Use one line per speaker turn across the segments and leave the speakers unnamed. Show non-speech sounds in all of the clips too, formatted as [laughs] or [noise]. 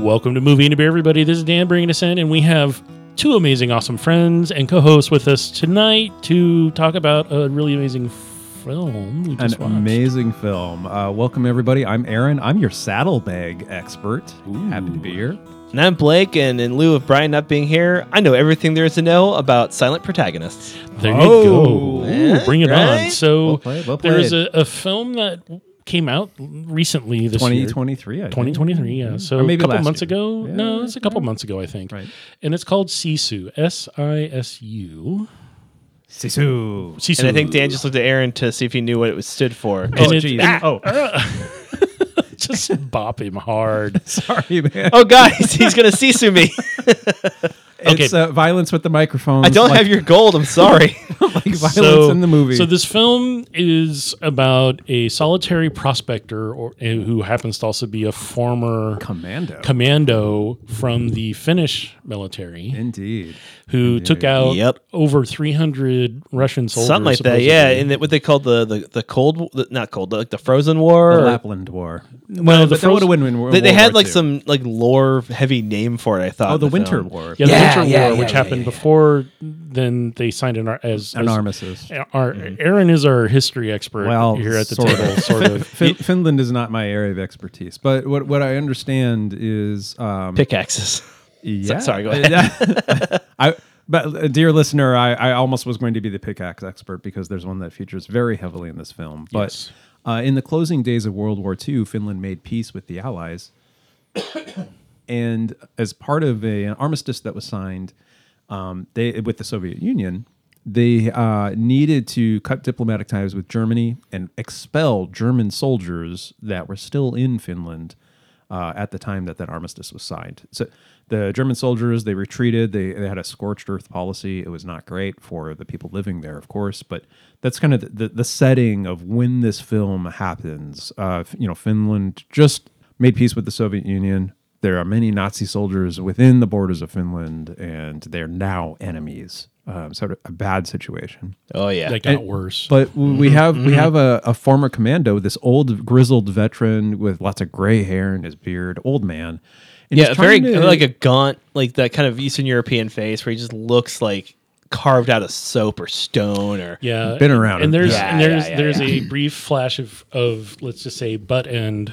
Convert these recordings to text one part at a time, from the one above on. Welcome to Movie and a Beer, everybody. This is Dan bringing us in, and we have two amazing, awesome friends and co-hosts with us tonight to talk about a really amazing film we
An
just watched.
amazing film. Uh, welcome everybody. I'm Aaron. I'm your saddlebag expert. Happy to be here.
And I'm Blake, and in lieu of Brian not being here, I know everything there is to know about silent protagonists.
There you
Oh,
go. Ooh, bring it on.
right?
So
Well played, well
there is
played.
a, a film that came out recently this year.
2023. I think. Mm-hmm.
2023, yeah. So
Or maybe
a couple
last
months
year.
ago.
Yeah,
no, it's a couple months ago, I think.
Right.
And it's called Sisu. S I S U.
Sisu.
Sisu.
And I think Dan just looked at Aaron to see if he knew what it stood for. [laughs]
And
Oh,
it-
geez.
and-
oh,
[laughs] just bop him hard.
[laughs] sorry, man.
oh, guys, [laughs] he's going to sisu me.
It's uh, violence with the microphone.
I don't have your gold. I'm sorry.
like [laughs] violence
so,
in the movie.
So this film is about a solitary prospector or, uh, who happens to also be a former
commando.
commando from the Finnish military
Indeed.
who took out
Yep.
over 300 Russian soldiers.
Something like that, yeah.
supposedly.
And what they called the the, the cold, the, not cold, like the frozen war.
The
or-
Lapland War.
well, the
But that would
frozen-
have win.
they, they had like some like lore heavy name for it. I thought. um,
Oh,
in
the Winter
film.
War.
Yeah, the
Yeah,
Winter
yeah,
War,
yeah,
which
yeah,
happened before, then they signed an ar- as
An
as-
armistice.
Our
Mm-hmm.
Aaron is our history expert
Well,
here at the
sort
table, sort
[laughs]
of.
Fin- Finland is not my area of expertise, but what what I understand is um,
Pickaxes.
Yeah.
sorry,
[laughs]
go [laughs]
I, but uh, dear listener, I, I almost was going to be the pickaxe expert because there's one that features very heavily in this film. But
Yes.
uh, in the closing days of World War II, Finland made peace with the Allies, and as part of a, an armistice that was signed, um, they with the Soviet Union, they uh, needed to cut diplomatic ties with Germany and expel German soldiers that were still in Finland uh, at the time that that armistice was signed. So the German soldiers they retreated. They they had a scorched earth policy. It was not great for the people living there, of course. But that's kind of the, the, the setting of when this film happens. Uh, f- you know, Finland just made peace with the Soviet Union. There are many Nazi soldiers within the borders of Finland, and they're now enemies. Um, sort of a bad situation.
Oh yeah.
That got worse.
But w-
Mm-hmm.
we have we have a, a former commando, this old grizzled veteran with lots of gray hair in his beard, old man. And
yeah,
he's
very
trying to-
like a gaunt, like that kind of Eastern European face where he just looks like carved out of soap or stone or
yeah,
Been around
And
it.
there's
Yeah,
and there's
yeah, yeah,
there's a brief flash of of let's just say butt end,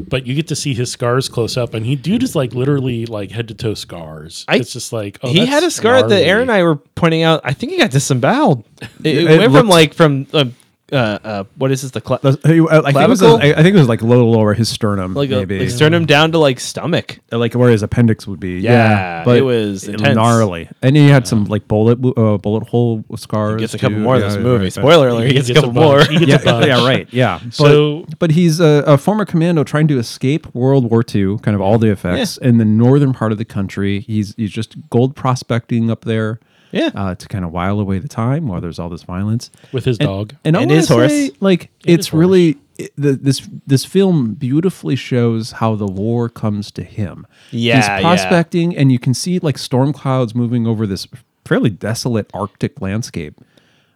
but you get to see his scars close up, and he dude is like literally like head to toe scars.
I-
it's just like oh,
he
that's
had a scar that Aaron and I were pointing out. I think he got disemboweled. It, it
it
went from
looked-
like from uh, uh, uh, what is this the cla-
uh, I think, it was a-
Clavicle?
I I think it was like low lower his sternum,
like, a,
maybe Uh,
like sternum down to like stomach.
like where his appendix would be. Yeah,
Yeah,
but
it was intense.
gnarly, and he had some like bullet wo- uh, bullet hole scars.
Gets a couple
too.
more of
Yeah,
this
right,
movie.
right.
Spoiler alert, he, gets, a couple more.
bunch. He gets a
yeah,
bunch.
yeah, right. [laughs] Yeah. But,
So-
but he's a, a former commando trying to escape World War II, kind of all the effects in the northern part of the country. He's he's just gold prospecting up there.
Yeah.
Uh, to kind of while away the time while there's all this violence
With his
And-
dog.
and, I
And
wanna
his horse.
say, like
his
it's
horse.
really it, the, this this film beautifully shows how the war comes to him.
Yeah, yeah.
he's prospecting, and you can see like storm clouds moving over this fairly desolate Arctic landscape.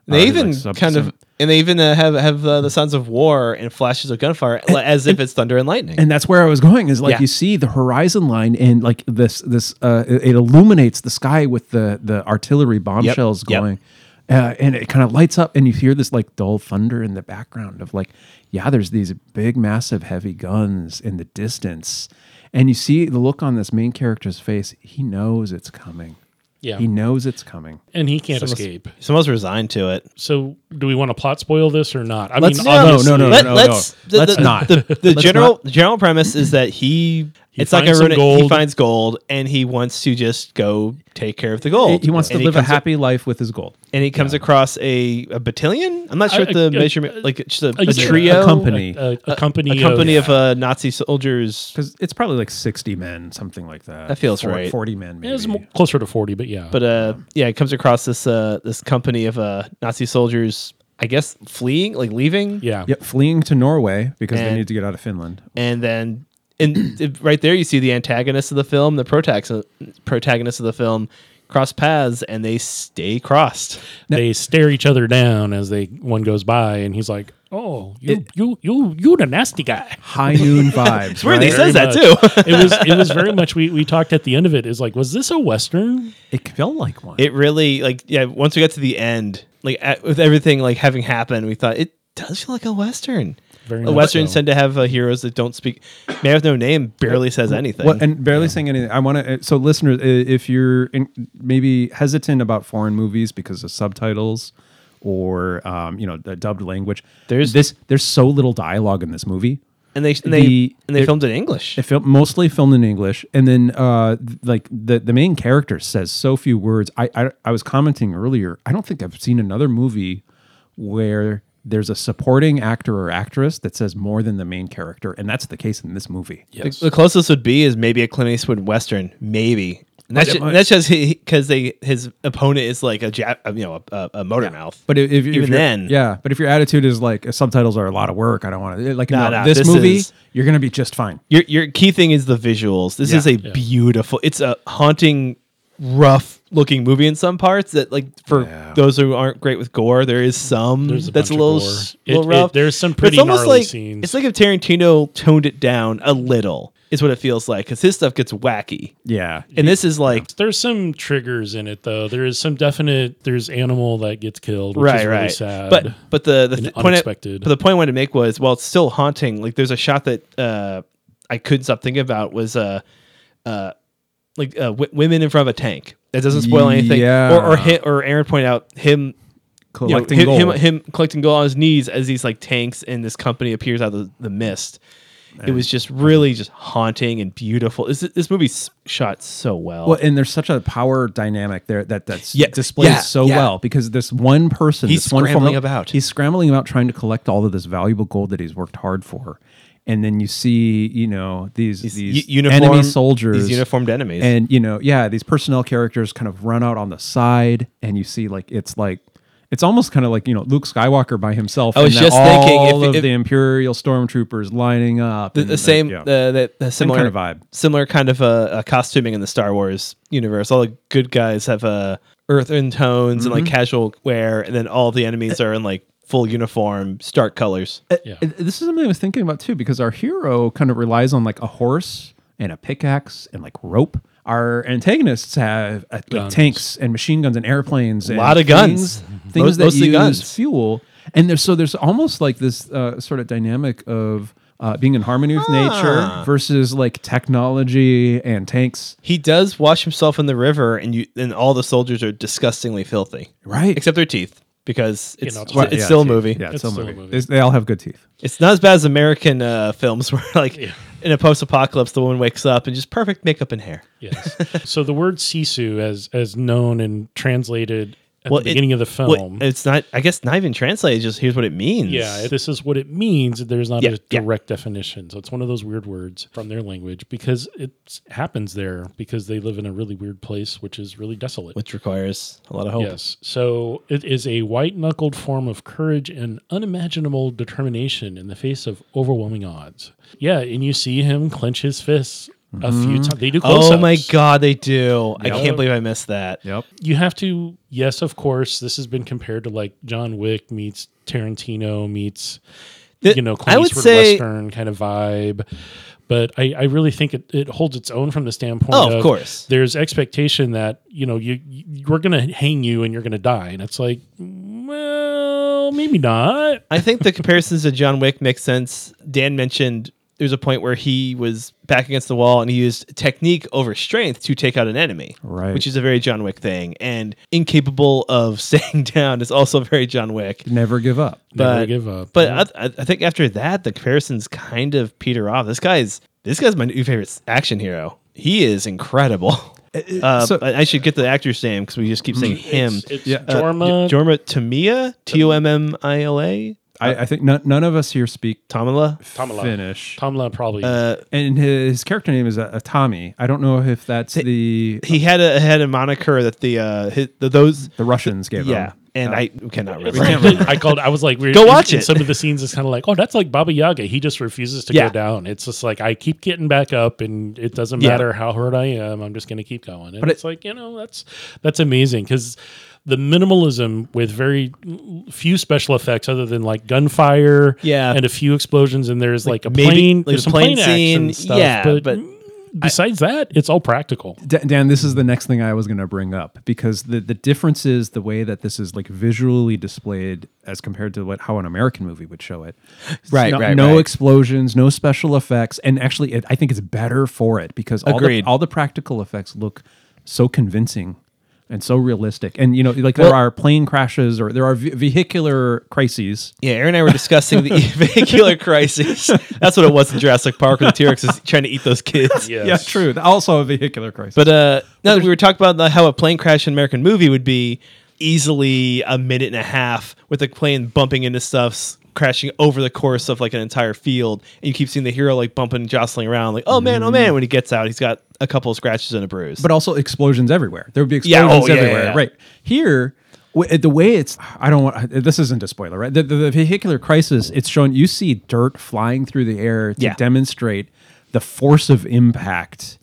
They
Uh,
even
like sub-
kind of
some-
and they even uh, have have uh, the sounds of war and flashes of gunfire li- as if it's thunder and lightning.
and that's where I was going is like
Yeah.
you see the horizon line and like this this uh, it it illuminates the sky with the the artillery bombshells
yep.
going. Uh, and it kind of lights up, and you hear this like dull thunder in the background of like, yeah, there's these big, massive, heavy guns in the distance, and you see the look on this main character's face. He knows it's coming.
Yeah.
he knows it's coming.
and he can't
Someone's-
escape.
Someone's resigned to it.
So, do we want to plot spoil this or not? I
Let's-
mean,
no, no,
obviously-
no, no, no.
um, Let, let's the-
Let's
the,
not. [laughs]
The, the
Let's
general
not.
the general premise is that he, it's not
finds
gonna
some
ruin it. He
gold.
finds gold and he wants to just go take care of the gold.
He wants to
And
live a
comes a-
happy life with his gold.
and he comes across a, a battalion. I'm not sure
A-
what the
a-
measurement like just a, a,
unit.
trio
A company.
A, a, a company,
a company of uh, Nazi soldiers.
Because it's probably like 60 men, something like that.
That feels right.
40
It
men, maybe.
was mo- closer to forty, but yeah.
But uh, yeah, he comes across this uh, this company of uh, Nazi soldiers. I guess fleeing, like leaving.
yeah,
Yep, fleeing to Norway because they
And-
need to get out of Finland.
and then and it- right there you see the antagonist of the film the protagonist protagonist of the film cross paths and they stay crossed
they stare each other down as they one goes by, and he's like, oh, you, you, you, you, the nasty guy.
High [laughs] noon vibes.
It's weird they
right?
says that
Very
too.
[laughs] it was, it was
[laughs]
very much. We, we talked at the end of it. Is like, was this a western?
It felt like one.
it really like yeah. Once we got to the end, like at, with everything like having happened, we thought it does feel like a western.
Very
Uh,
much
Westerns
so.
tend to have uh, heroes that don't speak. Man with no name barely says anything.
Well, and barely saying anything. I want to. So, listeners, i- if you're in, maybe hesitant about foreign movies because of subtitles or um, you know the dubbed language,
There's-
this. There's so little dialogue in this movie.
and they and they
the-
and they
there-
filmed in English.
It film, mostly filmed in English, and then uh, th- like the the main character says so few words. I, I I was commenting earlier. I don't think I've seen another movie where there's a supporting actor or actress that says more than the main character, and that's the case in this movie.
The- The, closest would be is maybe a Clint Eastwood western, maybe. And
But it
that's just,
might-
that's just because they his opponent is like a Jap, uh, you know, a, a, a motor mouth.
But if, if
Even
if your-
then.
yeah. But if your attitude is like subtitles are a lot of work, I don't want to. Like
Nah,
no,
nah,
this,
this
movie,
is-
you're gonna be just fine.
your your key thing is the visuals. This is a
Yeah.
beautiful. It's a haunting, rough looking movie in some parts. That like for
Yeah.
those who aren't great with gore, there is some
There's a
that's a
bunch of
little,
gore.
s-
It-
little
it-
rough.
there's some
But
pretty
it's almost
gnarly
like,
scenes.
It's like if Tarantino toned it down a little. Is what it feels like because his stuff gets wacky,
Yeah.
and this is like
There's some triggers in it though. There is some definite. There's animal that gets killed, which is really sad.
But but the the
and
th- point I, but
unexpected.
the point I wanted to make was while it's still haunting, like there's a shot that uh, I couldn't stop thinking about was uh, uh, like uh, w- women in front of a tank. That doesn't spoil anything.
Yeah.
Or or, hi- or Aaron pointed out him you know,
Collecting
him,
gold.
him him collecting gold on his knees as these like tanks and this company appears out of the, the mist. It was just really just haunting and beautiful. This this movie's shot so well.
well, and there's such a power dynamic there that that's
Yeah,
displayed
yeah,
so
yeah.
well because this one person,
He's
this one
scrambling
formal-
about.
he's scrambling about trying to collect all of this valuable gold that he's worked hard for, and then you see, you know, these these,
u- uniform-
enemy
these
soldiers,
uniformed enemies.
and you know, yeah, these personnel characters kind of run out on the side, and you see like it's like. It's almost kind of like you know Luke Skywalker by himself.
I was
and
just
all
thinking if-
of
if-
the Imperial stormtroopers lining up.
the, the same
yeah.
uh, that the similar
kind of vibe.
similar kind of uh, uh, costuming in the Star Wars universe. All the good guys have uh, earthen tones and like
Mm-hmm.
casual wear, and then all the enemies
Eh.
are in like full uniform, stark colors.
Yeah.
Uh, This is something I was thinking about too, because our hero kind of relies on like a horse and a pickaxe and like rope. Our antagonists have uh, like
Guns.
tanks and machine guns and airplanes. A
Lot of guns.
Things,
Most-
things that
mostly
use
guns.
fuel. And there's so there's almost like this uh, sort of dynamic of uh, being in harmony with
Ah.
nature versus like technology and tanks.
He does wash himself in the river, and you and all the soldiers are disgustingly filthy,
Right.
except their teeth because it's
know, it's
it's,
right,
yeah,
still a
teeth.
movie.
Yeah, it's,
It's
still,
still a
a movie.
movie.
It's- they all have good teeth.
It's not as bad as American uh, films [laughs] where like in a post-apocalypse, the woman wakes up and just perfect makeup and hair.
yes. so the word sisu, as as known and translated at
Well,
the
it-
beginning of the
Well,
film,
it's not. I guess not even translated. Just here's what it means.
Yeah, this is what it means. There's not
Yeah,
a
yeah.
direct definition. So it's one of those weird words from their language because it happens there because they live in a really weird place, which is really desolate.
which requires a lot of hope.
Yes. So it is a white knuckled form of courage and unimaginable determination in the face of overwhelming odds. Yeah, and you see him clench his fists a few times. They do close
Oh my god, they do! I
Yep.
can't believe I missed that.
Yep.
you have to yes of course this has been compared to like john wick meets tarantino meets
The-
you know
I
Clint
would
Eastwood
say-
western kind of vibe but I, I really think it, it holds its own from the standpoint
Oh, of course.
there's expectation that you know you, you we're gonna hang you and you're gonna die and it's like well maybe not
I think the comparisons to John Wick make sense. Dan mentioned there's a point where he was back against the wall and he used technique over strength to take out an enemy,
Right.
Which is a very John Wick thing, and incapable of [laughs] staying down is also very John Wick.
Never give up.
Never
But-
give up
But I, I- I think after that, the comparisons kind of peter off. This guy's this guy's my new favorite action hero. He is [laughs] incredible. Uh,
so-
I I should get the actor's name because we just keep saying him.
it's, it's
Yeah. Uh,
Jorma,
Jorma Tamia, T O M M I L A,
I, I think none, none of us here speak
Tamala.
Tamala.
Finnish.
Tomla probably
Uh,
And his character name is uh, Tommy. I don't know if that's the
he had a had a moniker that the uh his, the, those um, uh,
the Russians gave
yeah,
him. Uh,
and I cannot
It's
remember.
like- I called. I was like, we're-
Go
in-
watch
in
it.
Some of the scenes is kind of like, oh, that's like Baba Yaga. He just refuses to
Yeah.
go down. It's just like I keep getting back up, and it doesn't
Yeah.
matter how hurt I am. I'm just going to keep going. And
But it-
it's like you know, that's that's amazing because the minimalism with very few special effects other than like gunfire
Yeah.
and a few explosions and there's like, a
maybe-
plane
like
there's
a
some
plane
plane, action
scene,
stuff
yeah,
but,
but
besides that it's all practical
D- [laughs] Dan, this is the next thing I was going to bring up because the the difference is the way that this is like visually displayed as compared to what how an American movie would show it.
Right,
no,
right,
No
right.
explosions, no special effects, and actually, it, I think it's better for it because all the,
Agreed.
all the practical effects look so convincing and so realistic. And you know, like there
Well-
are plane crashes or there are ve- vehicular crises.
[laughs] Yeah, Aaron and I were discussing the [laughs] vehicular [laughs] crisis. That's what it was in Jurassic Park when the T Rex is trying to eat those kids.
Yes.
Yeah, true. Also a vehicular crisis.
But uh, no, we were talking about the, how a plane crash in an American movie would be easily a minute and a half with the plane bumping into stuff, crashing over the course of like an entire field, and you keep seeing the hero like bumping, jostling around, like oh man, oh man. When he gets out, he's got a couple of scratches and a bruise.
but also explosions everywhere. There would be
Yeah, oh,
explosions
yeah, yeah,
everywhere.
yeah.
Right here, w- the way it's I don't want this isn't a spoiler, right? The, the, the vehicular crisis. It's shown you see dirt flying through the air to
Yeah.
demonstrate the force of impact.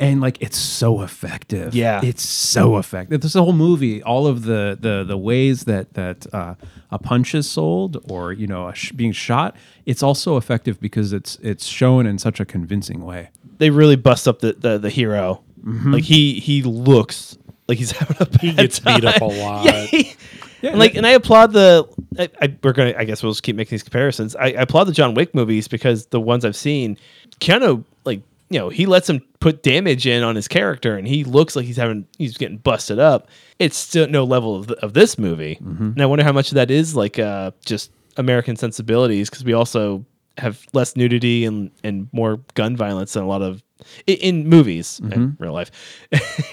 And like it's so effective,
Yeah.
It's so effective. This whole movie, all of the the the ways that that uh, a punch is sold or you know a sh- being shot, it's also effective because it's it's shown in such a convincing way.
they really bust up the the, the hero. Like he he looks like he's [laughs] having a bad
Mm-hmm. He gets
time. [laughs]
beat up a lot.
Yeah,
and like, and I applaud the. I, I, we're gonna. I guess we'll just keep making these comparisons. I, I applaud the John Wick movies because the ones I've seen, Keanu, like you know, he lets him put damage in on his character, and he looks like he's having. He's getting busted up. It's still no level of, the, of this movie, and I wonder how much of that is like uh, just American sensibilities because we also have less nudity and and more gun violence than a lot of i- in movies in real life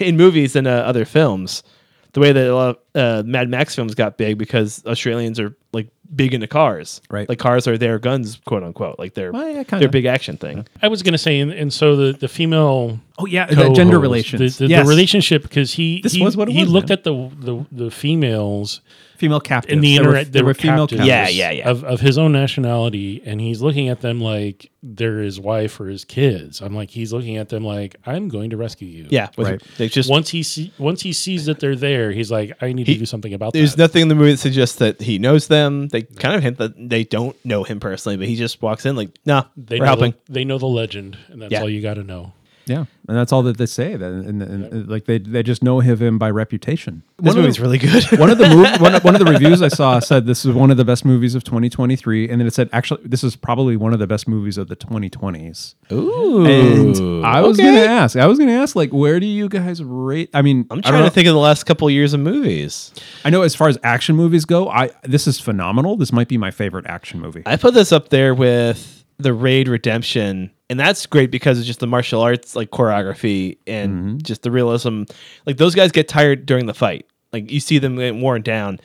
[laughs] in movies than uh, other films the way that a lot of uh, Mad Max films got big because Australians are like big into cars,
Right.
Like cars are their guns, quote unquote. Like they're
Well, yeah, kinda.
their big action thing.
i was going to say and, and so the the female
Oh yeah,
co-host,
gender relations.
the, the,
Yes.
the relationship because he
This
he,
was what it
he
was,
looked
man.
at the, the the females
female captives.
in the
There were-
internet
there were female captives.
Yeah, yeah, yeah.
of, of his own nationality and he's looking at them like they're his wife or his kids i'm like he's looking at them like i'm going to rescue you
Yeah, with-
Right.
They just
once he see, once he sees that they're there he's like i need
He-
to do something about
there's
that
nothing in the movie that suggests that he knows them. They kind of hint that they don't know him personally, but he just walks in like, nah,
they
we're
know
helping.
The, they know the legend and that's
Yeah.
all you got to know
Yeah, and that's all that they say. That and, and, and, like they they just know of him by reputation.
This
one of
movie's
the,
really good.
one [laughs] of the mov- one, of- one of the reviews I saw said this is one of the best movies of 2023, and then it said actually this is probably one of the best movies of the 2020s.
[laughs] Ooh,
And I was
okay.
gonna ask, I was gonna ask, like, where do you guys rate? I mean,
I'm
I don't
trying
know.
to think of the last couple years of movies.
I know as far as action movies go, I this is phenomenal. This might be my favorite action movie.
I put this up there with the Raid Redemption, and that's great because it's just the martial arts like choreography and just the realism. Like those guys get tired during the fight. Like you see them getting worn down.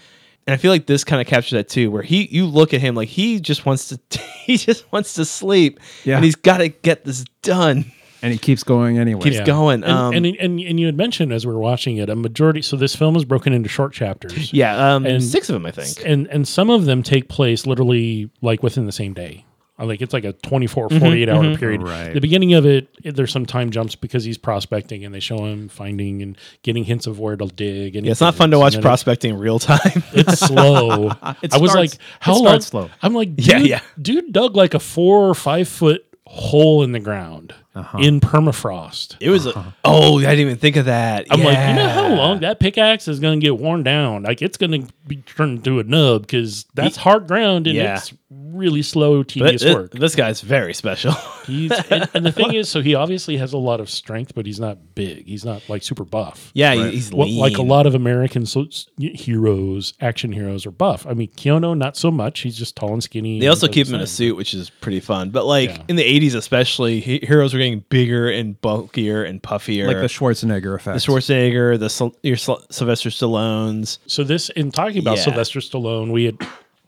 And I feel like this kind of captures that too, where he you look at him like he just wants to [laughs] he just wants to sleep.
Yeah.
And he's gotta get this done.
and it keeps going anyway.
Keeps going.
and,
um,
and, and and you had mentioned as we were watching it a majority so this film is broken into short chapters
yeah, um,
and-
six of them I think.
and and some of them take place literally like within the same day Uh, like it's like a 24
Mm-hmm,
48 hour period
Right.
the beginning of it it- there's some time jumps because he's prospecting and they show him finding and getting hints of where to dig and
Yeah, it's not fun to
and
watch
then
prospecting in real time. [laughs]
it- it's slow i was
starts-
like
it
how long
starts slow.
i'm like dude,
[laughs] Yeah, yeah.
dude dug like a four or five foot hole in the ground
Uh-huh.
in permafrost
It was a, oh, I didn't even think of that.
Uh-huh. I'm like, you know how
Yeah.
long that pickaxe is going to get worn down? Like, it's going to be turned into a nub because that's hard ground and
Yeah.
it's really slow,
But
tedious
thi-
work.
This guy's very
[laughs]
special.
He's, and, and the thing is, so he obviously has a lot of strength, but he's not big. He's not like super buff.
Yeah, he- he's
Well,
lean.
like a lot of American so, s- heroes, action heroes are buff. I mean, Keanu, not so much. He's just tall and skinny.
They
and
also
does
keep
his
him in a
thing.
suit, which is pretty fun. But like
Yeah.
in the '80s, especially, he- heroes were getting bigger and bulkier and puffier.
like the Schwarzenegger effect.
The Schwarzenegger, the Syl- your Syl- Sylvester Stallones.
So this, in talking about
Yeah.
Sylvester Stallone, we had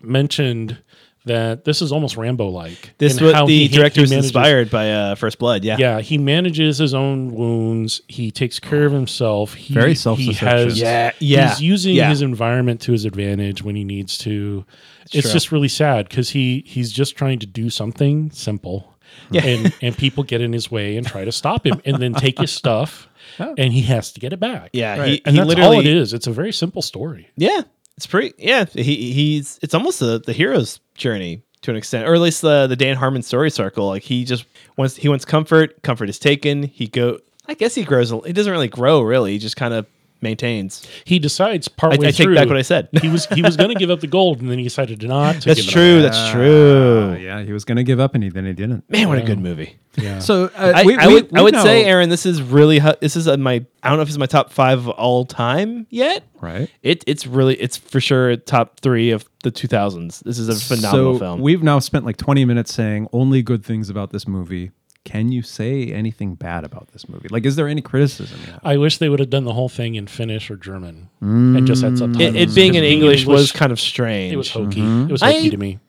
mentioned that this is almost Rambo-like.
This
in
was
how
the
he- he
director was
manages-
inspired by uh, First Blood. Yeah,
[laughs] yeah, he manages his own wounds. He takes care of himself. He,
Very
He
self-sufficient.
has,
Yeah, yeah,
He's using
yeah.
his environment to his advantage when he needs to. it's
true.
just really sad because he he's just trying to do something simple,
Yeah.
and and people get in his way and try to stop him, and then take his stuff,
[laughs]
and he has to get it back.
Oh. Yeah,
Right.
he,
and
he
that's
literally
all it is. It's a very simple story.
Yeah, it's pretty. Yeah, he he's it's almost the the hero's journey to an extent, or at least the the Dan Harmon story circle. Like he just wants he wants comfort. Comfort is taken. He go. I guess he grows. a- He doesn't really grow. Really, he just kind of maintains.
He decides
I,
partway
I take
through.
back what I said.
he was he was going to give up the gold, and then he decided not to.
[laughs] That's
give
true.
It
That's true.
Uh, yeah, he was going to give up and he, then he didn't.
Man, what a good movie.
up. Yeah.
So uh,
I,
we-
I
we-
would, I
we
would say,
know-
Aaron, this is really hu- this is uh my I don't know if it's my top five of all time yet.
Right.
It it's really it's for sure top three of the two thousands. This is a phenomenal
so
film.
We've now spent like 20 minutes saying only good things about this movie. Can you say anything bad about this movie? Like, is there any criticism? You have?
I wish they would have done the whole thing in Finnish or German and just had subtitles.
it, it being in
Because
English was kind of strange.
it was hokey. It was
I-
hokey to me.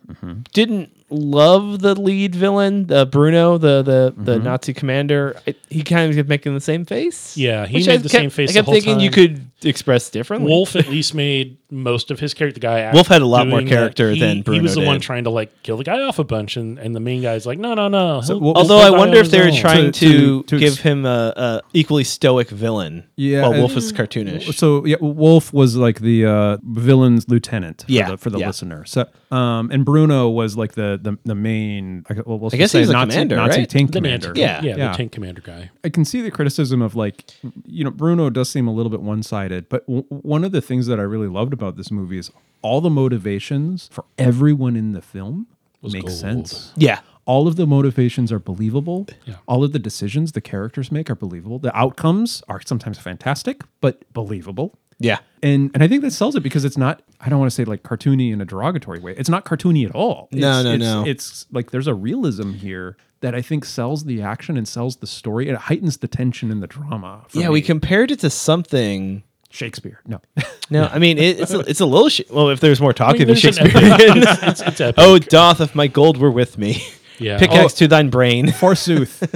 Didn't love the lead villain, uh, Bruno, the the, the
Mm-hmm.
Nazi commander. It, he kind of kept making the same face.
Yeah, he
which
made the
kept-
same face
I kept
the whole
thinking you
time.
could express differently.
Wolf at least made most of his character. The guy act-
Wolf had a lot more
doing that.
character
He-
than
he
Bruno
was the one
did.
trying to like kill the guy off a bunch, and, and the main guy's like, no, no, no. he'll-
what-
he'll
Although I
survive
wonder
on
if they were
his own."
trying to,
To- to
give
ex-
him a, a equally stoic villain.
Yeah,
while
and-
Wolf is cartoonish.
So yeah, Wolf was like the uh, villain's lieutenant. For
Yeah,
the, for the
yeah.
listener. So um, and Bruno was like the the, the main. I, gu- well, we'll
I guess
say
he was a
Nazi,
commander,
Nazi
right?
tank
the
commander.
Nazi- yeah,
Yeah.
yeah,
Yeah.
the tank commander guy.
I can see the criticism of like, you know, Bruno does seem a little bit one sided, but w- one of the things that I really loved about this movie is all the motivations for everyone in the film make
gold.
sense.
Yeah.
All of the motivations are believable.
Yeah.
All of the decisions the characters make are believable. The outcomes are sometimes fantastic, but believable.
Yeah.
And and I think that sells it because it's not I don't want to say like cartoony in a derogatory way. It's not cartoony at all.
No,
It's-
no,
it's,
no.
It's like there's a realism here that I think sells the action and sells the story. It heightens the tension and the drama. for
Yeah, we
me.
compared it to something.
Shakespeare. No. [laughs]
No, I mean it, it's a, it's a little. Sh- well, if there's more
I mean,
talking to
there's an
Shakespeare.
epic- [laughs] it's, it's, it's epic.
Oh, doth if my gold were with me.
Yeah.
Pickaxe to thine brain.
Forsooth.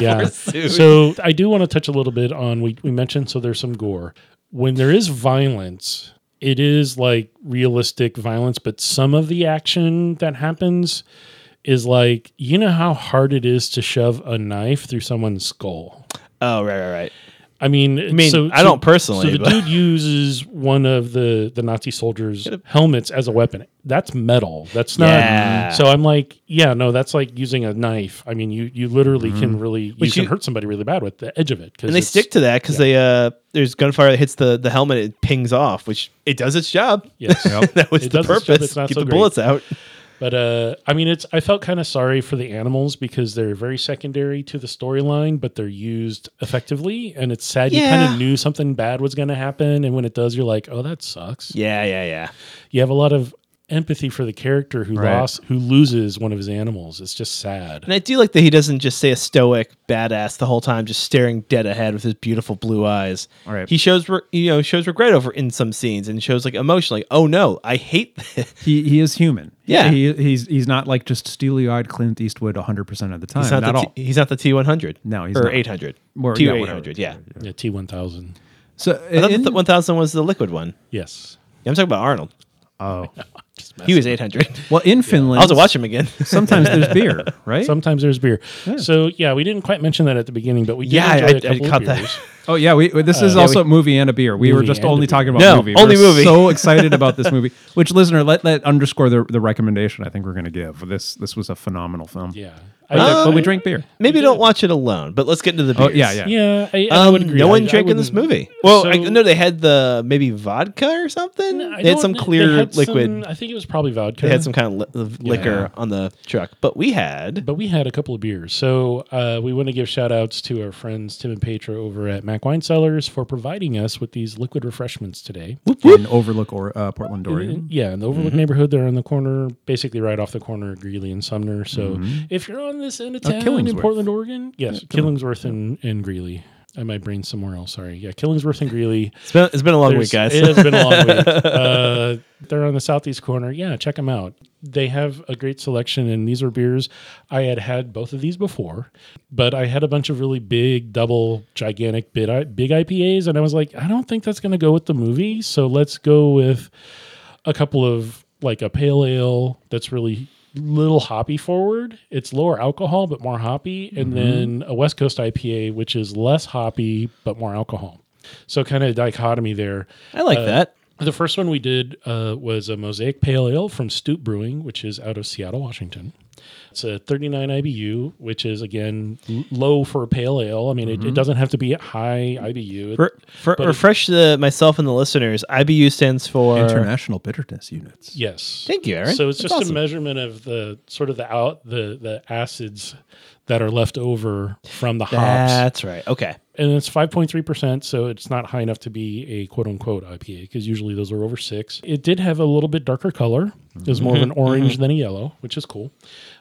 yeah. So I do want to touch a little bit on we we mentioned so there's some gore. When there is violence, it is like realistic violence, but some of the action that happens is like you know how hard it is to shove a knife through someone's skull.
[laughs] Oh, right, right, right.
I mean,
mean,
so,
I don't personally,
So the
but-
dude uses one of the the Nazi soldiers' helmets as a weapon. That's metal. That's not.
Yeah.
So I'm like, yeah, no, that's like using a knife. I mean, you you literally can really you
Which
can
Mm-hmm. you-
hurt somebody really bad with the edge of it. 'cause
And they
it's-
stick to that because they uh, there's gunfire that hits the the helmet, it pings off, which it does its job. [laughs]
Yes.
that was
It
the
does its job,
purpose.
it's not
Get
so
the
great.
bullets out.
But uh, I mean, it's I felt kind of sorry for the animals because they're very secondary to the storyline, but they're used effectively, and it's sad. You kind
Yeah.
of knew something bad was going to happen, and when it does, you're like, oh, that sucks.
Yeah, yeah, yeah.
you have a lot of empathy for the character who
Right.
lost who loses one of his animals it's just sad
And I do like that he doesn't just say a stoic badass the whole time, just staring dead ahead with his beautiful blue eyes.
All right.
He shows re- you know shows regret over in some scenes and shows like emotionally. Oh no, I hate this.
he he is human.
Yeah.
He he's he's not like just steely eyed Clint Eastwood hundred percent of the time.
He's not,
at
the
all.
T- he's not the T one hundred.
No, he's
or
not.
eight hundred.
Well,
T
yeah,
eight
whatever.
hundred. Yeah.
yeah t1000
So
I thought
in-
the one thousand was the liquid one.
yes
Yeah, I'm talking about Arnold.
[laughs]
oh.
He was eight hundred.
well in Finland
I'll have to watch him again. [laughs]
sometimes there's beer, right?
sometimes there's beer so yeah we didn't quite mention that at the beginning but we did
yeah, I,
enjoy
I,
a couple of
caught
beers.
that.
Oh yeah, we, this is also a movie and a beer. We were
Movie
just
and a
only
beer.
talking about
No,
movie.
only
We're
movie.
So excited about this movie. Which listener, let let underscore the, the recommendation. I think we're going to give this. This was a phenomenal film.
yeah
but,
I,
but we drink beer.
[laughs] Maybe don't watch it alone. But let's get into the
Oh
beers.
yeah, yeah.
yeah I, I
Um,
would agree
No
I-
one
I
drank in this
wouldn't-
movie. Well, I
So-
know they had the maybe vodka or something.
I
they had
don't
some
kn-
clear
they had
liquid.
some- i think it was probably vodka
They had some kind of li- of liquor on the truck, but we had
but we had a couple of beers. So uh, we want to give shout outs to our friends Tim and Petra over at Mac Wine Cellars for providing us with these liquid refreshments today.
In Overlook or uh, Portland, Oregon.
Mm-hmm.
In- yeah, in the Overlook neighborhood, they're on the corner, basically right off the corner of Greeley and Sumner. So
Mm-hmm.
if you're on this end of
Uh,
town in
Killingsworth.
Portland, Oregon, yes, Killingsworth and, and Greeley. I might brain somewhere else. Sorry, yeah, Killingsworth and Greeley.
[laughs] It's been, it's been a long week,
There's-
guys.
It has been a long week. Uh, they're on the southeast corner. Yeah, check them out. They have a great selection, and these are beers. I had had both of these before, but I had a bunch of really big, double, gigantic, big, I- big IPAs, and I was like, I don't think that's going to go with the movie. So let's go with a couple of like a pale ale that's really little hoppy forward. It's lower alcohol but more hoppy,
Mm-hmm.
and then a West Coast IPA which is less hoppy but more alcohol. So kind of dichotomy there.
[laughs] I like
Uh,
that.
The first one we did uh, was a Mosaic Pale Ale from Stoop Brewing, which is out of Seattle, Washington. It's a 39 IBU, which is again l- low for a pale ale. I mean, it, it doesn't have to be at high IBU. It-
Re- Mm-hmm. for,
but it-
refresh the myself and the listeners. IBU stands for
International bitterness units.
yes.
Thank you, Aaron.
So it's
That's
just a
awesome.
measurement of the sort of the out the the acids that are left over from the hops.
That's right. Okay.
and it's 5.3%, so it's not high enough to be a quote unquote IPA because usually those are over six. It did have a little bit darker color. It was more of an orange than a yellow, which is cool.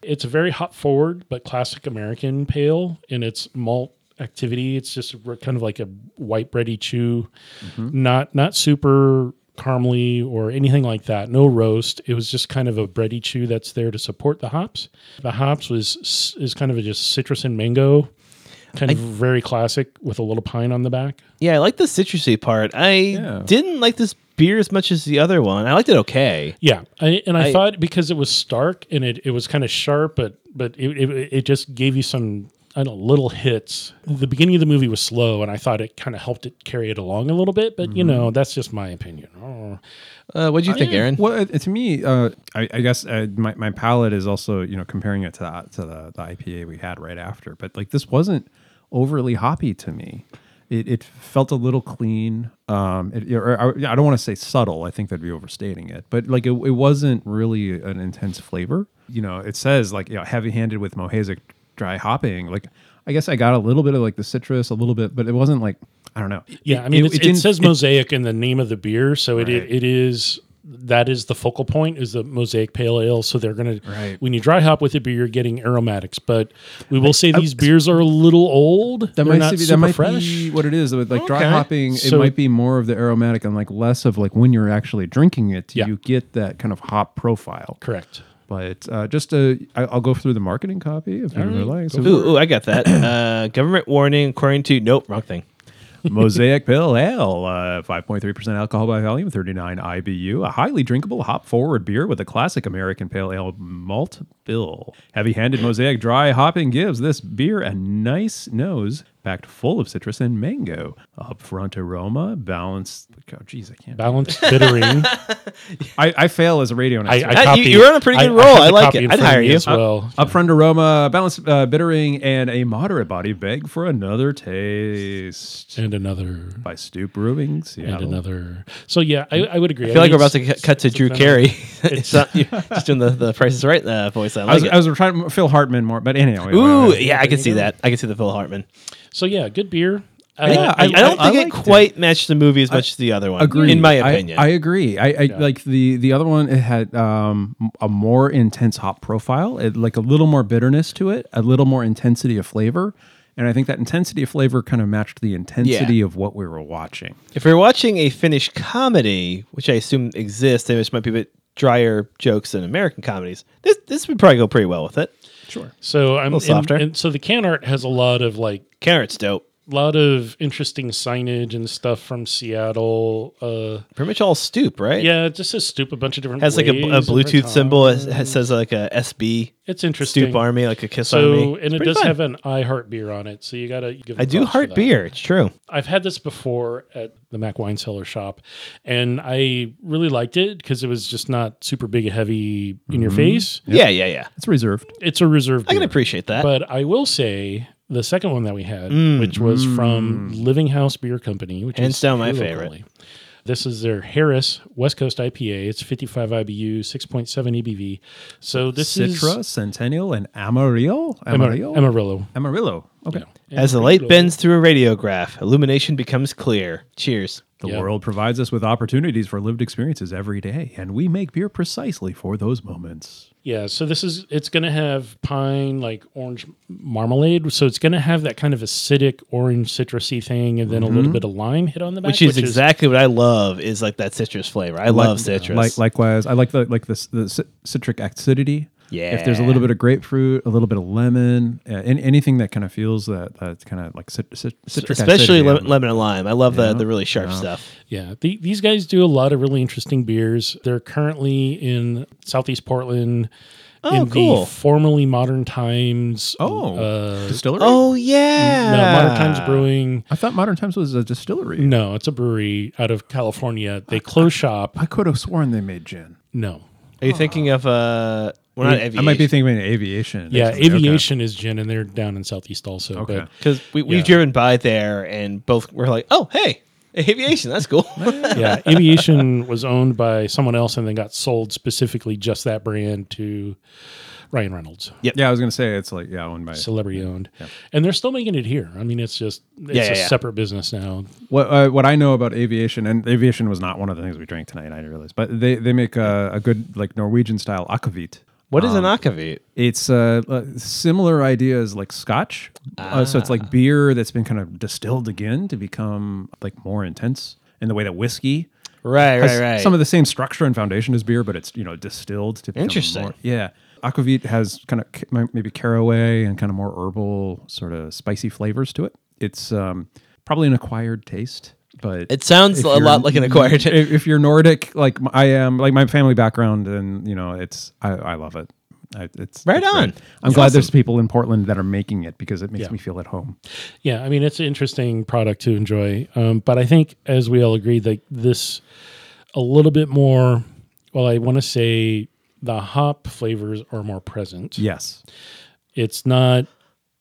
It's a very hop forward, but classic American pale in its malt activity. It's just r- kind of like a white bready chew, not not super caramely or anything like that. No roast. It was just kind of a bready chew that's there to support the hops. The hops was s- is kind of a just citrus and mango kind of very classic with a little pine on the back.
Yeah, I like the citrusy part. I
Yeah.
didn't like this beer as much as the other one. I liked it okay.
Yeah, I, and I,
I-
thought because it was stark and it, it was kind of sharp, but but it, it it just gave you some I don't know, little hits. The beginning of the movie was slow, and I thought it kind of helped it carry it along a little bit. But you know, that's just my opinion. Oh.
Uh, what do you think, Aaron?
Well, uh, to me, uh, I, I guess uh, my, my palate is also you know comparing it to the, to the, the IPA we had right after, but like this wasn't overly hoppy to me. It, it felt a little clean. Um, it, or, I, I don't want to say subtle. I think that'd be overstating it, but like it, it wasn't really an intense flavor. You know, it says like you know heavy handed with Mohasic dry hopping. Like I guess I got a little bit of like the citrus, a little bit, but it wasn't like I don't know.
Yeah, I mean, it's- it,
didn't-
says mosaic in the name of the beer, so it
Right.
it is that is the focal point is the mosaic pale ale. So they're gonna
Right.
when you dry hop with it, beer, you're getting aromatics. But we will say these beers are a little old.
That
they're
might,
not
be, that
super
might
fresh.
be what it is. With like dry
Okay.
hopping,
So-
it might be more of the aromatic and like less of like when you're actually drinking it, do
Yeah.
you get that kind of hop profile.
Correct.
But uh, just uh, I, I'll go through the marketing copy if you would like. So
Ooh, ooh, I got that. uh, government warning according to nope, wrong thing.
Mosaic [laughs] Pale Ale, uh, 5.3% alcohol by volume, 39 IBU, a highly drinkable hop forward beer with a classic American Pale Ale malt bill. Heavy handed Mosaic dry hopping gives this beer a nice nose, packed full of citrus and mango. Upfront aroma, balanced. Oh, geez, I can't.
Balanced
[laughs]
bittering.
I, I fail as a radio announcer.
you- you're on a pretty good roll.
have
I
the
like
copy
it.
in
I'd
front of
hire
me
you.
as well.
Upfront aroma, balanced uh, bittering, and a moderate body beg for another taste.
and another
By Stoop Brewing,
and
Seattle.
another. So yeah, I, I would agree.
I feel like we're about to cu- cut to Drew Carey. [laughs]
[laughs]
it's not you just doing the the Price is Right uh, voice. I
I
like
was, I was trying to Phil Hartman more, but anyhow.
it. Ooh, yeah, I can see that. I can see the Phil Hartman.
So yeah, good beer. Uh,
Yeah,
I, I don't
I- I
think it
liked it.
quite matched the movie as much as the other one.
Agree.
in my
I-
opinion.
I, agree. I, I like the the other one. It had um, a more intense hop profile, it, like a little more bitterness to it, a little more intensity of flavor, and I think that intensity of flavor kind of matched the intensity of what we were watching.
If we are watching a Finnish comedy, which I assume exists, and which might be a bit drier jokes than American comedies, this this would probably go pretty well with it.
Sure.
so I'm and-
softer.
and so the can art has a lot of like
Carrot's dope.
lot of interesting signage and stuff from Seattle. Uh,
Pretty much all stoop, right?
yeah, it just a stoop a bunch of different
Has like a, a
ways over
Bluetooth
time.
symbol. It has- says like a SB
It's interesting.
stoop army, like a kiss
so
army. It's
and it
pretty
does
fun.
have an I heart beer on it, so you gotta. Give
I
them
do
props for
heart
that.
beer. It's true.
I've had this before at the Mac Wine Cellar shop, and I really liked it because it was just not super big and heavy in your face.
Yeah, yeah, yeah.
It's reserved.
It's a reserve.
Mm-hmm. I can
beer.
appreciate [laughs] that.
But I will say the second one that we had,
Mm.
which was from
Mm.
Living House Beer Company, which
Hands
is
down my
here
favorite.
locally. This is their Harris West Coast IPA. It's 55 IBU, 6.7 ABV. E So this
Citra,
is
Centennial, and Amarillo.
Amar-
Amarillo.
Amarillo.
Amarillo. Okay.
As the light bends through a radiograph, illumination becomes clear. Cheers.
The
Yeah.
world provides us with opportunities for lived experiences every day, and we make beer precisely for those moments.
Yeah, so this is it's going to have pine like orange marmalade, so it's going to have that kind of acidic orange citrusy thing, and then a little bit of lime hit on the back,
Mm-hmm. Which is exactly what I love is like that citrus flavor. I love citrus.
Like, likewise, I like the like the, the ci- citric acidity. If there's a little
Yeah.
bit of grapefruit, a little bit of lemon, uh, an- anything that kind of feels that that kind of like cit- cit- citric,
especially
acidity.
lemon, lemon and lime. I love the the really sharp stuff.
Yeah, the, these guys do a lot of really interesting beers. They're currently in Southeast Portland
Oh,
in
cool.
the formerly Modern Times.
Oh,
uh,
distillery.
Oh yeah.
no, Modern Times Brewing.
I thought Modern Times was a
Mm.
distillery.
No, it's a brewery out of California. They close shop.
I could have sworn they made gin.
No.
Are you thinking of uh? Well,
I
not
might be
aviation.
thinking of aviation.
Yeah,
actually. Okay.
aviation is gin, and they're down in Southeast also.
Okay.
But
because we, we've
Yeah.
driven by there and both were like, oh, hey, aviation,
[laughs]
that's cool. [laughs]
yeah, Aviation was owned by someone else and then got sold specifically just that brand to Ryan Reynolds,
Yeah, I was gonna say it's like yeah, owned by.
celebrity owned. And they're still making it here. I mean, it's just it's
Yeah, yeah,
a
yeah.
separate business now.
what uh, what I know about aviation, and aviation was not one of the things we drank tonight. I realized, but they they make a, a good like Norwegian style akavit.
What is an akavit?
It's uh, uh, similar idea as like Scotch, uh, so it's
Ah.
like beer that's been kind of distilled again to become like more intense in the way that whiskey
Right,
has
right, right.
some of the same structure and foundation as beer, but it's you know distilled to become
Interesting.
More, yeah, aquavit has kind of ca- maybe caraway and kind of more herbal sort of spicy flavors to it. It's um, probably an acquired taste, but
It sounds
if
a
you're-
lot like an acquired taste.
If, if you're Nordic, like m- I am, like my family background, and you know, it's I, I love it. I, it's
Right
it's great.
on.
I'm glad there's people in Portland that are making it because it makes me feel at home.
Yeah, I mean, it's an interesting product to enjoy. Um, but I think, as we all agree, that this a little bit more. Well, I want to say the hop flavors are more present.
Yes,
It's not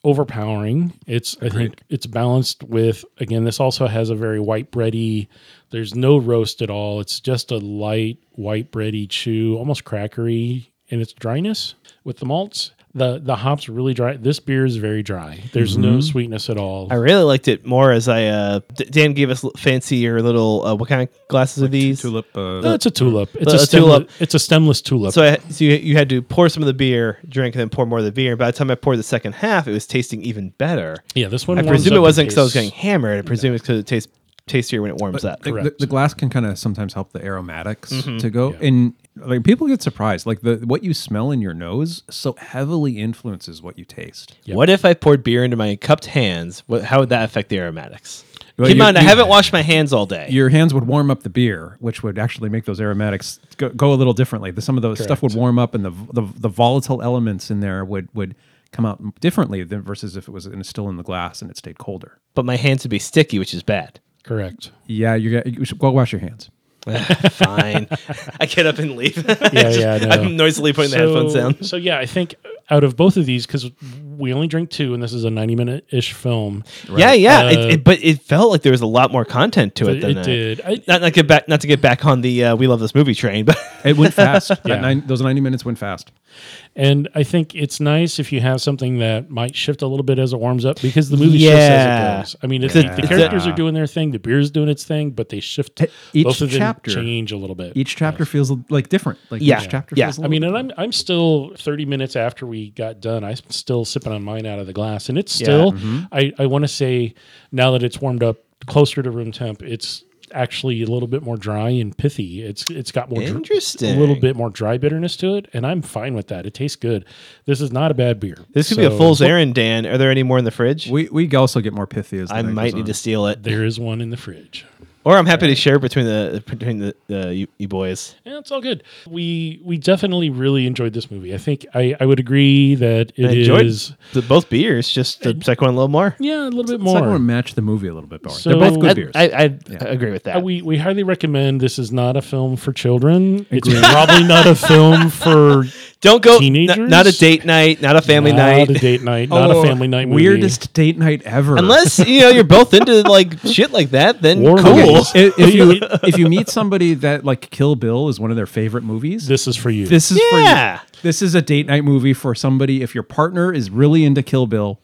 overpowering. It's I think it's balanced with again this also has a very white bready there's no roast at all. It's just a light white bready chew, almost crackery in its dryness with the malts. The the hops are really dry. This beer is very dry. There's no sweetness at all.
[laughs] I really liked it more as I uh, D- Dan gave us l- fancier little uh, what kind of glasses are these?
tulip. Uh,
No, it's a tulip. It's
a
a,
tulip.
tulip. It's a stemless tulip.
So, I, so you, you had to pour some of the beer, drink, and then pour more of the beer. And by the time I poured the second half, it was tasting even better.
yeah, this one.
I
warms up
presume it
and
wasn't because I was getting
tastes-
hammered. I presume it's because it tastes tastier when it warms up.
the, the,
correct.
the glass can kind of sometimes help the aromatics
Mm-hmm.
to go and like people get surprised like the what you smell in your nose so heavily influences what you taste
What if I poured beer into my cupped hands? What, how would that affect the aromatics?
Well,
Keep in
you-
mind, I
you-
haven't washed my hands all day.
your hands would warm up the beer, which would actually make those aromatics go, go a little differently. The, some of the stuff would warm up, and the, the the volatile elements in there would would come out differently than versus if it was in, still in the glass and it stayed colder.
but my hands would be sticky, which is bad.
Correct.
Yeah, you got you should go wash your hands.
[laughs]
Fine. [laughs] I get up and leave.
Yeah, yeah. I know.
I'm noisily putting the headphones down.
So yeah, I think out of both of these, because we only drink two, and this is a ninety-minute-ish film.
Yeah, yeah.
Uh,
it, it, but it felt like there was a lot more content to it,
It,
than that.
did. I,
Not, not get back, not to get back on the uh, we love this movie train, but [laughs]
It went fast. [laughs] That
Yeah.
nine, those ninety minutes went fast.
and I think it's nice if you have something that might shift a little bit as it warms up, because the movie
Yeah.
shifts as it goes. I mean, it's,
Yeah.
the characters are doing their thing, the beer's doing its thing, but they shift.
each
both of them
chapter-
change a little bit.
Each chapter feels like different. Like
Yeah.
each chapter
Yeah.
feels. a
I mean,
little
and I'm I'm still 30 minutes after we got done. I'm still sipping on mine out of the glass, and it's
Yeah. mm-hmm.
still. I I want to say now that it's warmed up closer to room temp, it's actually a little bit more dry and pithy. It's it's got more dr-
Interesting.
a little bit more dry bitterness to it, and I'm fine with that. It tastes good. This is not a bad beer.
this could be a
So,
fool's errand, Dan. Are there any more in the fridge?
we we also get more pithy as the
I
night
might
goes
need
on.
to steal it,
There is one in the fridge.
or I'm happy to share between the between the uh, you, you boys.
Yeah, it's all good. We we definitely really enjoyed this movie. I think I, I would agree that
I
it is
enjoyed the, both beers, just the second one a little more.
yeah, a little bit
Second
more.
one match the movie a little bit more.
So-
They're both good
I-
beers.
I, I agree with that.
Uh, we we highly recommend this is not a film for children. It's probably not a film for
Don't go n-
Teenagers?
not a date night, not a [laughs] family
not
night.
a date night, not
Oh,
a family night. Movie.
Weirdest date night ever.
Unless you know you're both into like shit like that, then
War
cool.
movies.
[laughs] if, if you
[laughs]
if you meet somebody that like Kill Bill is one of their favorite movies, this,
This is for you.
is
Yeah.
for you. This is a date night movie for somebody. If your partner is really into Kill Bill,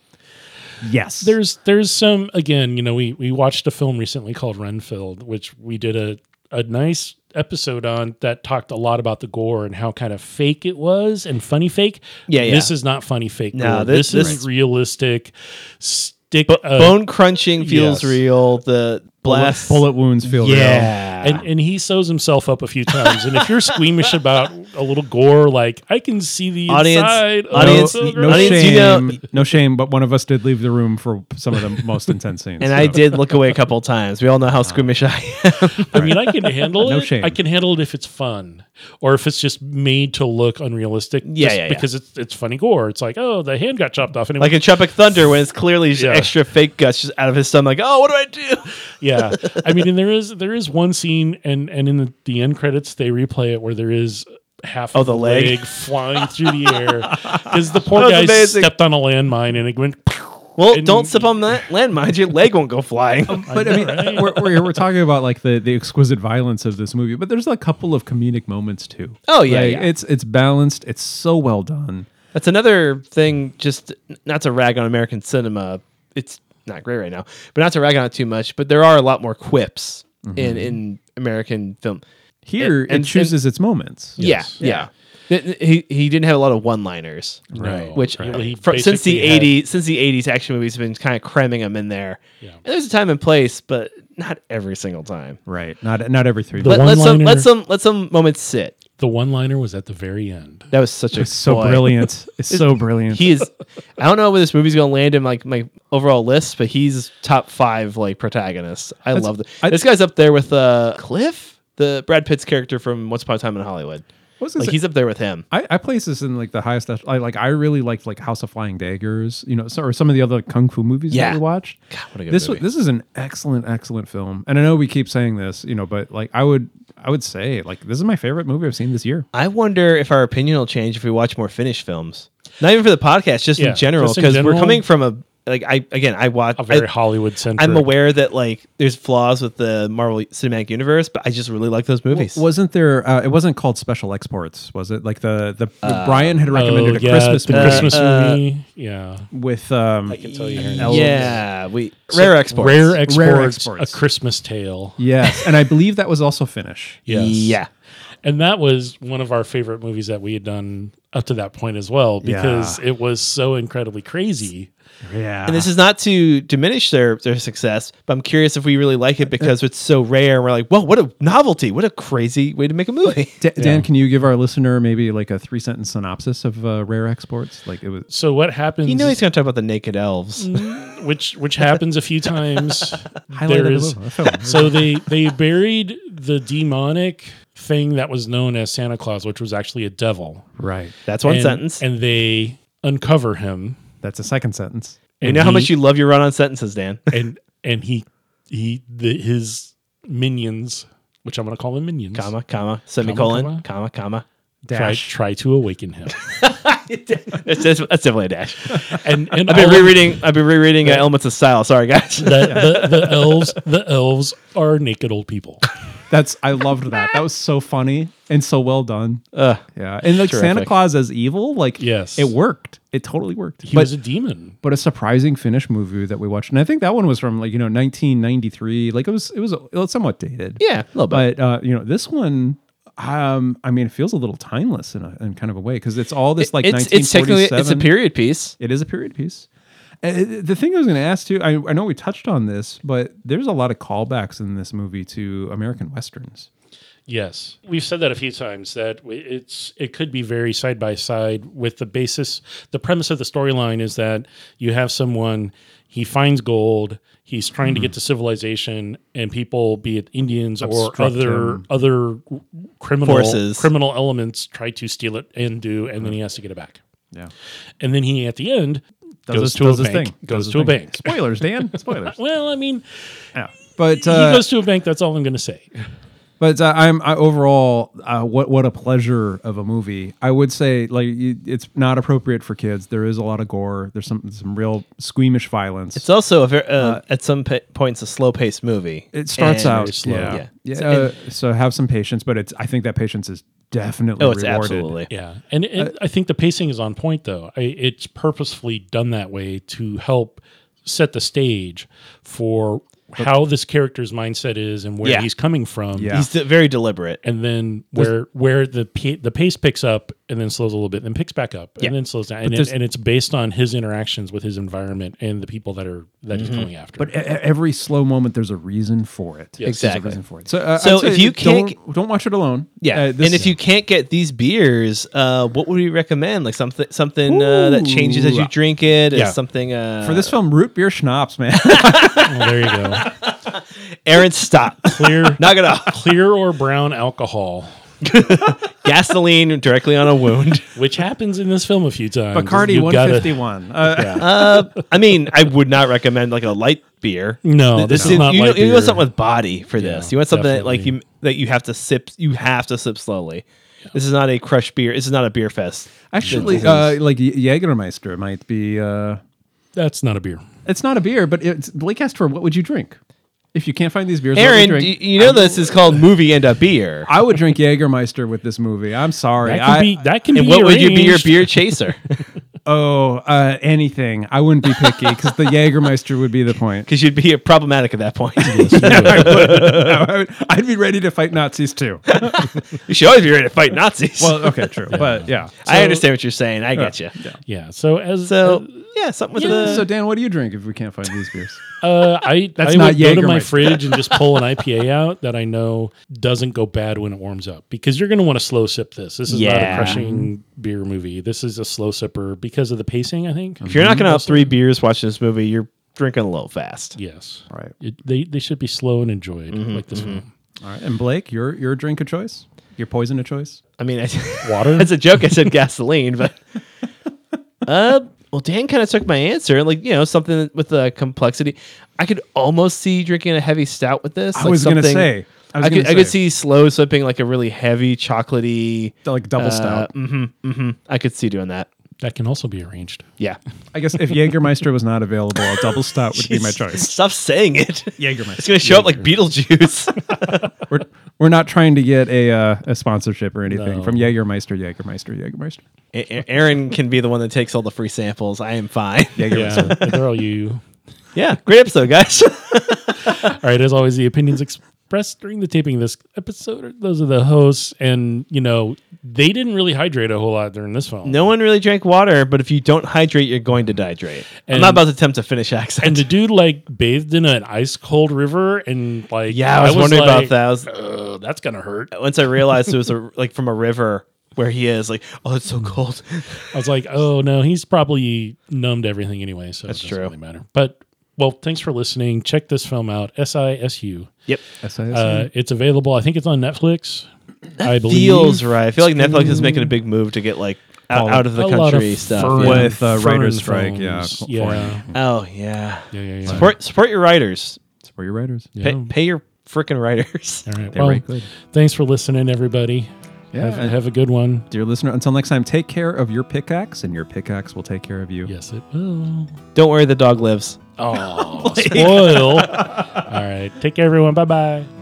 yes,
there's there's some again. You know, we we watched a film recently called Renfield, which we did a a nice episode on that talked a lot about the gore and how kind of fake it was and funny fake.
Yeah, yeah.
This is not funny fake.
No,
gore.
this-
this,
this-
is realistic. Stick uh,
Bone crunching feels
yes.
real. The blast.
bullet wounds feel
yeah.
and, and he sews himself up a few times. and if you're squeamish about a little gore, like I can see the
Audience-
inside.
real.
audience-
oh, it's so
no, no
gross.
audience,
shame,
you know-
no shame. But one of us did leave the room for some of the
[laughs]
most intense scenes.
And I
so.
did look away a couple times. We all know how squeamish I am. [laughs]
I mean, I can handle
No
it.
shame.
I can handle it if it's fun. or if it's just made to look unrealistic.
Yeah,
just
yeah, yeah.
because it's it's funny gore. It's like, oh, the hand got chopped off, and it
Like in Tropic Thunder, when it's clearly just
Yeah.
extra fake guts just out of his stomach. Like, oh, what do I do?
[laughs] yeah i mean and there is there is one scene and and in the, the end credits they replay it where there is half
Oh,
of
the leg.
flying through the
[laughs]
air because the poor
That was
guy
amazing.
stepped on a landmine and it went [laughs]
Well,
And- Oh,
don't step on that landmine. Your leg won't go
[laughs]
flying.
But I mean, we're, we're, we're talking about like the, the exquisite violence of this movie, but there's a couple of comedic moments too.
Oh, yeah,
Like,
yeah.
it's it's balanced. It's so well done.
That's another thing. Just not to rag on American cinema. It's not great right now, but not to rag on it too much. But there are a lot more quips in in American film.
Here,
And- and-
it chooses its moments.
Yes.
Yeah, yeah. Th- He he didn't have a lot of one liners.
Right.
Which
Oh, Right. He
fro- since the
basically had-
'80s, since the '80s, action movies have been kind of cramming them in there.
Yeah.
And there's a time and place, but not every single time.
Right. Not not every three.
The
minutes.
Let, let some
one-liner-
let some let some moments sit.
the one liner was at the very end
That was such a
It's so
boy. [laughs]
brilliant. It's so brilliant.
He is. I don't know where this movie's gonna land in like my overall list, but he's top five like protagonists. I
That's-
love the,
I-
this guy's up there with uh, Cliff, the Brad Pitt's character from Once Upon a Time in Hollywood.
What was I
Like
say?
he's up there with him.
I, I place this in like the highest. echelon. I like. I really liked like House of Flying Daggers, you know, so, or some of the other kung fu movies
Yeah.
that we watched.
God, what a good
this wa-
movie.
this is an excellent, excellent film, and I know we keep saying this, you know, but like I would, I would say like this is my favorite movie I've seen this year.
I wonder if our opinion will change if we watch more Finnish films. Not even for the podcast, just
Yeah,
in general,
just in
because we're
general.
coming from a like I again I watch
a very
I,
hollywood centric
I'm aware that like there's flaws with the Marvel Cinematic Universe, but I just really like those movies.
Wasn't there? Uh, it wasn't called Special Exports, was it? Like the the Brian had recommended
oh,
a
yeah,
Christmas
the
movie
Christmas
Uh,
movie yeah
with um. I
can tell you here now.
yeah, we rare exports.
rare exports,
Exports.
a christmas tale
Yes, and I believe that was also Finnish.
yes
[laughs] Yeah.
and that was one of our favorite movies that we had done up to that point as well because it was so incredibly crazy
Yeah,
And this is not to diminish their their success, but I'm curious if we really like it because it's so rare. And we're like, whoa, what a novelty! What a crazy way to make a movie. [laughs]
Da- Dan, can you give our listener maybe like a three sentence synopsis of uh, Rare Exports? Like it was
so what happens
You know he's going to talk about the naked
[laughs]
elves.
Mm-hmm. which which happens a few times.
highlight
there
of
is
the movie, a film.
[laughs] so they they buried the demonic thing that was known as Santa Claus, which was actually a devil.
right.
That's one
and,
sentence.
and they uncover him.
That's a second sentence.
you
and
know how
he-
much you love your run on sentences,
[laughs]
Dan.
and and he he the, his minions, which I'm going to call them minions,
comma, comma, semicolon,
comma?
comma, comma.
[laughs] try try to awaken
[laughs]
him.
that's, that's, that's definitely
[laughs]
a dash.
and and
I've been
all of
rereading. I've been rereading uh, Elements of Style.
[laughs]
Sorry, guys.
the, the, the elves the elves are naked old people.
That's I loved that. That was so funny and so well done.
Ugh.
Yeah, and like Santa
Terrific.
Claus as evil, like
Yes.
it worked. It totally worked.
He
but
was a demon.
but a surprising Finnish movie that we watched, and I think that one was from like you know 1993. Like it was it was, it was somewhat dated.
yeah, a little bit.
but uh, you know this one. Um, I mean, it feels a little timeless in a in kind of a way because it's all this like
it's it's technically it's a
1947
period piece.
It is a period piece. Uh, The thing I was going to ask too, I, I know we touched on this, but there's a lot of callbacks in this movie to American westerns.
Yes, we've said that a few times that w- it's it could be very side by side with the basis. The premise of the storyline is that you have someone he finds gold. He's trying to get to civilization, and people, be it Indians or
Hmm. Obstruct
other
him.
other criminal
Forces.
criminal elements, try to steal it and do, and then he has to get it back.
Yeah.
And then he, at the end, goes
his-
to a
his
bank.
thing,
Goes
his
to a
thing.
[laughs]
bank.
Spoilers, Dan. Spoilers.
Well, I mean,
yeah. But
he
uh,
goes to a bank. That's all I'm going to say.
but uh, I'm I, overall uh, what what a pleasure of a movie. I would say like you, it's not appropriate for kids. There is a lot of gore. There's some some real squeamish violence.
It's also a ver uh, at some p- points a slow paced movie.
it starts
And-
out
slow.
Yeah.
Yeah.
yeah. uh, so have some patience, but it's I think that patience is definitely
Oh, it's
rewarded.
absolutely.
Yeah, and it, I think the pacing is on point though. I, it's purposefully done that way to help set the stage for how this character's mindset is and where
Yeah.
he's coming from.
Yeah.
He's de- very deliberate.
And then where where the pa- the pace picks up and then slows a little bit, then picks back up
Yeah.
and then slows down, and, it,
there's-
and it's based on his interactions with his environment and the people that are that
Mm-hmm.
he's coming after.
But e- e- every slow moment, there's a reason for it. There's a
Exactly.
reason for it. So, uh,
So
I'd say
if you can't
don't, don't watch it alone.
Yeah,
Uh, this-
and if you can't get these beers, uh, what would we recommend? Like something something uh, that changes as you
Ooh.
drink it, or
Yeah.
something. Uh,
for this film, root beer schnapps,
[laughs]
man.
Well, there you go.
Aaron, stop,
Clear
knock it off.
clear or brown alcohol.
[laughs] Gasoline directly on a wound.
which happens in this film a few times.
Bacardi
You gotta- [laughs]
151. Uh,
[laughs] Uh, I mean, I would not recommend like a light beer.
No,
Th-
this
you
is not
you,
light
you want
beer.
something with body for this. You want something that, like you
definitely.
that you have to sip. You have to sip slowly. This is not a crushed beer. This is not a beer fest.
Actually, uh, like Jägermeister might be. Uh,
That's not a beer.
it's not a beer, but it's Blake asked for what would you drink if you can't find these beers. what would you
Aaron,
drink?
you, you know this is called movie and a beer.
I would drink Jägermeister with this movie. I'm sorry.
That could
I,
be. That can
And
be.
what would you be your
arranged.
beer chaser?
oh, uh, anything. I wouldn't be picky because the Jägermeister would be the [laughs] point.
Because you'd be a problematic at that point.
[laughs] I would, I'd be ready to fight Nazis [laughs] too.
[laughs] you should always be ready to fight Nazis.
well, okay, true, but yeah.
I understand what you're saying. I get you.
Yeah. So as
So
Uh,
yeah, something with
So,
the
so Dan, what do you drink if we can't find these beers?
Uh,
[laughs]
I
That's
I
not
would go to
Jaeger,
my
right?
fridge and just pull an IPA out that I know doesn't go bad when it warms up because you're going to want to slow sip this. This is not a
Yeah.
crushing beer movie. This is a slow sipper because of the pacing. I think.
If you're not
Mm-hmm.
gonna have three beers watching this movie, you're drinking a little fast.
Yes.
Right.
It- they they should be slow and enjoyed
Mm-hmm,
like this one.
All right. And Blake, your your drink of choice, your poison of choice.
I mean, I, [laughs]
Water?
That's a joke. I said gasoline, but [laughs] uh, well, Dan kind of took my answer. Like you know, something with the complexity. I could almost see drinking a heavy stout with this.
I
like
was gonna
something-
say- I
I,
was
could
gonna
I could
say.
see slow sipping like a really heavy chocolatey.
Like double stout.
hmm hmm I could see doing that.
That can also be arranged.
Yeah,
I guess if Jägermeister was not available, a double stout would be [laughs] my choice.
Stop saying it.
Jägermeister.
It's gonna show up like Beetlejuice.
We're, we're not trying to get a uh, a sponsorship or anything
No.
from Jägermeister, Jägermeister, Jägermeister.
A- A- Aaron can be the one that takes all the free samples. I am fine.
Yeah,
Jägermeister.
they're all you.
[laughs] yeah, great episode, guys. [laughs]
All right. As always, the opinions expressed during the taping of this episode are those of the hosts, and you know they didn't really hydrate a whole lot during this film.
No one really drank water, but if you don't hydrate, you're going to dehydrate. I'm
And-
not about to attempt a Finnish accent.
And the dude like bathed in an ice cold river and like
[laughs] yeah, I was, wondering about that. I was,
that. That's gonna hurt.
once I realized it was a, like from a river where he is, like, oh, it's so
[laughs]
cold.
I was like, oh no, he's probably numbed everything anyway, so
That's
it doesn't
true.
really matter. But well, thanks for listening. Check this film out, S I S U.
Yep,
E.
Uh, it's available. I think it's on Netflix. I believe
feels right. I feel like Netflix is making a big move to get like out,
Oh,
out of the
a lot
country
of
stuff.
foreign-
yeah.
With, uh,
foreign
writer's strike, yeah,
films.
for-
yeah,
Oh yeah,
yeah, yeah, yeah.
support support your writers.
It's for your writers.
Yeah.
Pay, pay your freaking writers. [laughs]
All right.
They're
Well,
very good.
thanks for listening, everybody.
Yeah.
Have, have a good one.
Dear listener, until next time, take care of your pickaxe, and your pickaxe will take care of you.
Yes, it will.
Don't worry, the dog lives.
[laughs] Oh, spoil. All right. Take care, everyone. Bye bye.